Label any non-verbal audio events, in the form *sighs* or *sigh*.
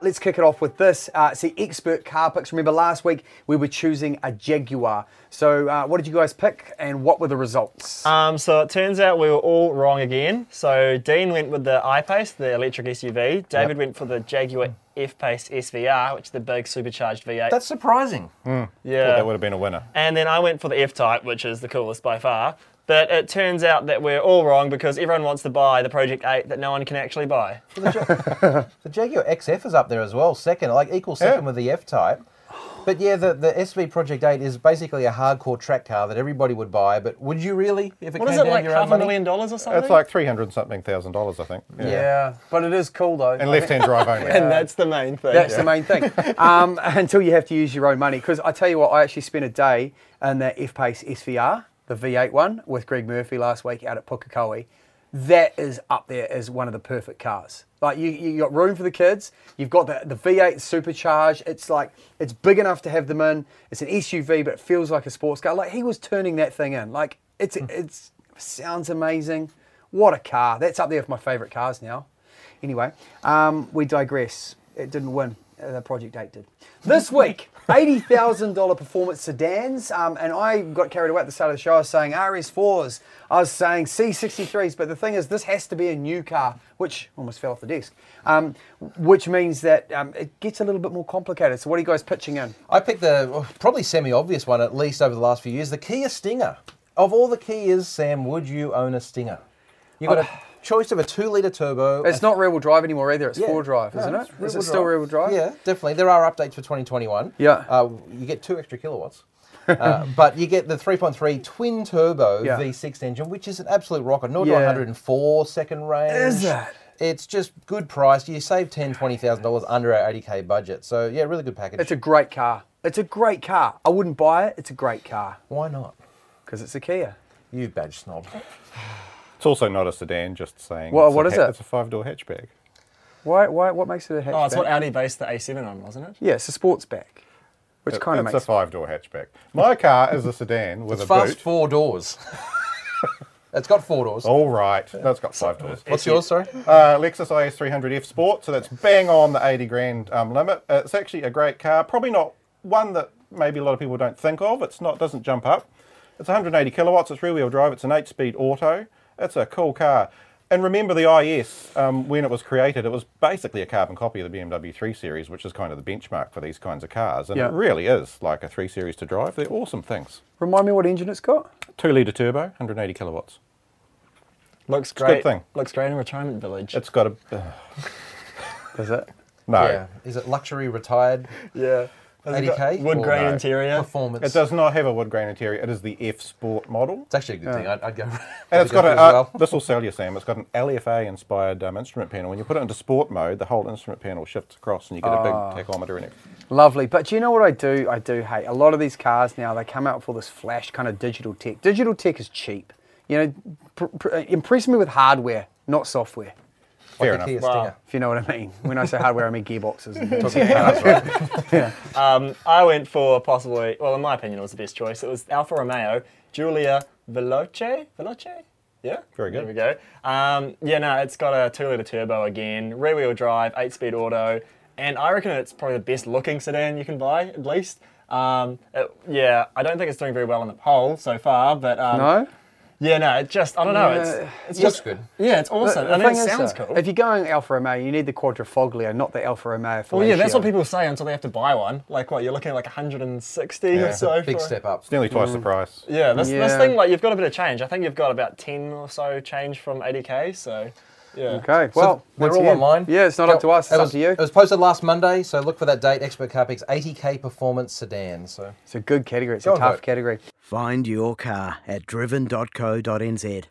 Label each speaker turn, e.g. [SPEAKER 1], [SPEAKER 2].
[SPEAKER 1] let's kick it off with this. Uh, see, expert car picks. Remember last week we were choosing a Jaguar. So, uh, what did you guys pick and what were the results?
[SPEAKER 2] Um, so it turns out we were all wrong again. So Dean went with the I-Pace, the electric SUV.
[SPEAKER 1] Yep.
[SPEAKER 2] David went for the Jaguar F-Pace SVR, which is the big supercharged V8.
[SPEAKER 3] That's surprising.
[SPEAKER 2] yeah.
[SPEAKER 3] Hmm. That would have been a winner.
[SPEAKER 2] And then I went for the F type, which is the coolest by far. But it turns out that we're all wrong because everyone wants to buy the Project 8 that no one can actually buy.
[SPEAKER 4] The, Jag- the Jaguar XF is up there as well, second, like equal second
[SPEAKER 3] Yeah.
[SPEAKER 4] with the F Type. But yeah, the, the SV Project 8 is basically a hardcore track car that everybody would buy, but would you really if it
[SPEAKER 2] What
[SPEAKER 4] came
[SPEAKER 2] is it,
[SPEAKER 4] down
[SPEAKER 2] like
[SPEAKER 4] to your own
[SPEAKER 2] half a
[SPEAKER 4] money?
[SPEAKER 2] million dollars or something?
[SPEAKER 3] It's like 300 something thousand dollars, I think. Yeah.
[SPEAKER 1] but it is cool though.
[SPEAKER 3] And left hand drive
[SPEAKER 1] *laughs*
[SPEAKER 3] only.
[SPEAKER 2] and that's the main thing.
[SPEAKER 1] That's the main thing. Um, *laughs* until you have to use your own money. Because I tell you what, I actually spent a day in that F Pace SVR, the V8 one, with Greg Murphy last week out at Pukekohe. That is up there as one of the perfect cars. Like you, you got room for the kids. You've got the, the V8 supercharged. It's like it's big enough to have them in. It's an SUV, but it feels like a sports car. Like he was turning that thing in. Like it's it's sounds amazing. What a car! That's up there with my favourite cars now. Anyway, um, we digress. It didn't win. Uh, The Project 8 did. This
[SPEAKER 4] *laughs*
[SPEAKER 1] week, $80,000 performance sedans. Um, and I got carried away at the start of the show. I was saying RS4s. I was saying C63s. But the thing is, this has to be a new car, which almost fell off the desk, um, which means that um, it gets a little bit more complicated. So, what are you guys pitching in?
[SPEAKER 4] I picked the well, probably semi obvious one, at least over the last few years the Kia Stinger. Of all the Kias, Sam, would you own a Stinger? You've got
[SPEAKER 2] Oh.
[SPEAKER 4] a choice of a two litre turbo.
[SPEAKER 1] It's not rear wheel drive anymore either. It's
[SPEAKER 4] Yeah.
[SPEAKER 1] four drive,
[SPEAKER 4] No,
[SPEAKER 1] isn't
[SPEAKER 4] it's
[SPEAKER 1] it? Is
[SPEAKER 4] rear-wheel
[SPEAKER 1] it still
[SPEAKER 4] drive.
[SPEAKER 1] rear wheel drive?
[SPEAKER 4] Yeah, definitely. There are updates for 2021.
[SPEAKER 1] Yeah.
[SPEAKER 4] Uh, you get two extra kilowatts.
[SPEAKER 1] *laughs*
[SPEAKER 4] Uh, but you get the 3.3 twin turbo
[SPEAKER 1] Yeah.
[SPEAKER 4] V6 engine, which is an absolute rocket. 0
[SPEAKER 1] Yeah.
[SPEAKER 4] to 104 second range.
[SPEAKER 1] Is it?
[SPEAKER 4] It's just good price. You save ten, twenty thousand dollars under our 80k budget. So yeah, really good package.
[SPEAKER 1] It's a great car. It's a great car. I wouldn't buy it. It's a great car
[SPEAKER 4] Why not?
[SPEAKER 1] because it's a Kia.
[SPEAKER 4] You badge snob.
[SPEAKER 3] It's also not a sedan, just saying.
[SPEAKER 1] Well,
[SPEAKER 3] it's
[SPEAKER 1] what
[SPEAKER 3] a
[SPEAKER 1] is
[SPEAKER 3] ha-
[SPEAKER 1] it?
[SPEAKER 3] It's a five door hatchback.
[SPEAKER 1] Why, why, what makes it a hatchback?
[SPEAKER 2] Oh, it's what Audi based the A7 on, wasn't it?
[SPEAKER 1] Yeah, it's a sports back, which
[SPEAKER 3] It-
[SPEAKER 1] kind of
[SPEAKER 3] it's
[SPEAKER 1] makes.
[SPEAKER 3] a five door hatchback. My car is a sedan with a
[SPEAKER 4] Fast
[SPEAKER 3] boot.
[SPEAKER 4] four doors. *laughs* it's got four doors.
[SPEAKER 1] Oh.
[SPEAKER 3] All right. That's got five doors.
[SPEAKER 4] What's yours? Sorry.
[SPEAKER 3] Uh, Lexus IS 300F Sport, so that's bang on the 80 grand um, limit. Uh, it's actually a great car, probably not one that maybe a lot of people don't think of. It's not doesn't jump up. It's 180 kilowatts. It's rear-wheel drive. It's an eight-speed auto. It's a cool car. And remember the IS um, when it was created, it was basically a carbon copy of the BMW 3 Series, which is kind of the benchmark for these kinds of cars. And
[SPEAKER 1] Yeah.
[SPEAKER 3] it really is like a 3 Series to drive. They're awesome things.
[SPEAKER 1] Remind me what engine it's got.
[SPEAKER 3] Two-liter turbo, 180 kilowatts.
[SPEAKER 2] Looks
[SPEAKER 3] a
[SPEAKER 2] great.
[SPEAKER 3] good thing.
[SPEAKER 2] Looks great in retirement village.
[SPEAKER 3] It's got a *sighs*
[SPEAKER 1] Is it?
[SPEAKER 3] no.
[SPEAKER 4] Yeah. Is it luxury retired?
[SPEAKER 2] yeah. Has it got
[SPEAKER 4] 80K?
[SPEAKER 2] Wood
[SPEAKER 4] Or
[SPEAKER 2] grain
[SPEAKER 3] no.
[SPEAKER 2] interior.
[SPEAKER 4] performance.
[SPEAKER 3] It does not have a wood grain interior. It is the F Sport model.
[SPEAKER 4] It's actually a good thing. I'd, I'd go. *laughs*
[SPEAKER 3] And it's
[SPEAKER 4] I'd go
[SPEAKER 3] got a,
[SPEAKER 4] for it
[SPEAKER 3] uh,
[SPEAKER 4] as well.
[SPEAKER 3] this will sell you, Sam. It's got an LFA inspired um, instrument panel. When you put it into sport mode, the whole instrument panel shifts across and you get
[SPEAKER 4] Ah.
[SPEAKER 3] a big tachometer in it.
[SPEAKER 1] Lovely. But do you know what I do? I do hate a lot of these cars now. They come out for this flash kind of digital tech. Digital tech is cheap. You know, pr- pr- impress me with hardware, not software.
[SPEAKER 3] Fair
[SPEAKER 4] The
[SPEAKER 3] enough.
[SPEAKER 4] Kia
[SPEAKER 2] Wow.
[SPEAKER 4] Stinger.
[SPEAKER 1] If you know what I mean. When I say hardware, I mean gearboxes. And things.
[SPEAKER 2] Um, I went for possibly, well, in my opinion, it was the best choice. It was Alfa Romeo, Giulia Veloce. Veloce? Yeah?
[SPEAKER 3] Very good.
[SPEAKER 2] There we go. Um, yeah, no, it's got a 2 litre turbo again, rear wheel drive, 8 speed auto, and I reckon it's probably the best looking sedan you can buy, at least. Um, it- yeah, I don't think it's doing very well on the poll so far, but. Um,
[SPEAKER 1] no.
[SPEAKER 2] Yeah, no, it just, I don't know.
[SPEAKER 1] Yeah.
[SPEAKER 2] It's, it's
[SPEAKER 4] Looks
[SPEAKER 2] just
[SPEAKER 4] good.
[SPEAKER 2] Yeah, it's awesome. I mean, it
[SPEAKER 1] thing is,
[SPEAKER 2] sounds
[SPEAKER 1] though,
[SPEAKER 2] cool.
[SPEAKER 1] If you're going Alfa Romeo, you need the Quadrifoglio, not the Alfa Romeo. Fellatio.
[SPEAKER 2] well, yeah, that's what people say until they have to buy one. Like, what, you're looking at like 160
[SPEAKER 3] Yeah.
[SPEAKER 2] or so.
[SPEAKER 4] Big
[SPEAKER 2] for-
[SPEAKER 4] step up.
[SPEAKER 3] It's nearly
[SPEAKER 4] Mm.
[SPEAKER 3] twice the price.
[SPEAKER 2] Yeah, this, this
[SPEAKER 1] Yeah.
[SPEAKER 2] thing like you've got a bit of change. I think you've got about ten or so change from 80k. So, yeah.
[SPEAKER 1] Okay.
[SPEAKER 4] So
[SPEAKER 1] Well,
[SPEAKER 4] they're
[SPEAKER 1] once
[SPEAKER 4] all
[SPEAKER 1] again-
[SPEAKER 4] online.
[SPEAKER 1] Yeah, it's not
[SPEAKER 4] Go-
[SPEAKER 1] up to us.
[SPEAKER 4] It
[SPEAKER 1] It's
[SPEAKER 4] was,
[SPEAKER 1] up to you.
[SPEAKER 4] It was posted last Monday, so look for that date. Expert Car Picks 80k performance sedan. So
[SPEAKER 1] It's a good category. It's
[SPEAKER 4] Go
[SPEAKER 1] a
[SPEAKER 4] and
[SPEAKER 1] tough
[SPEAKER 4] vote.
[SPEAKER 1] category.
[SPEAKER 5] Find your car at driven.co.nz.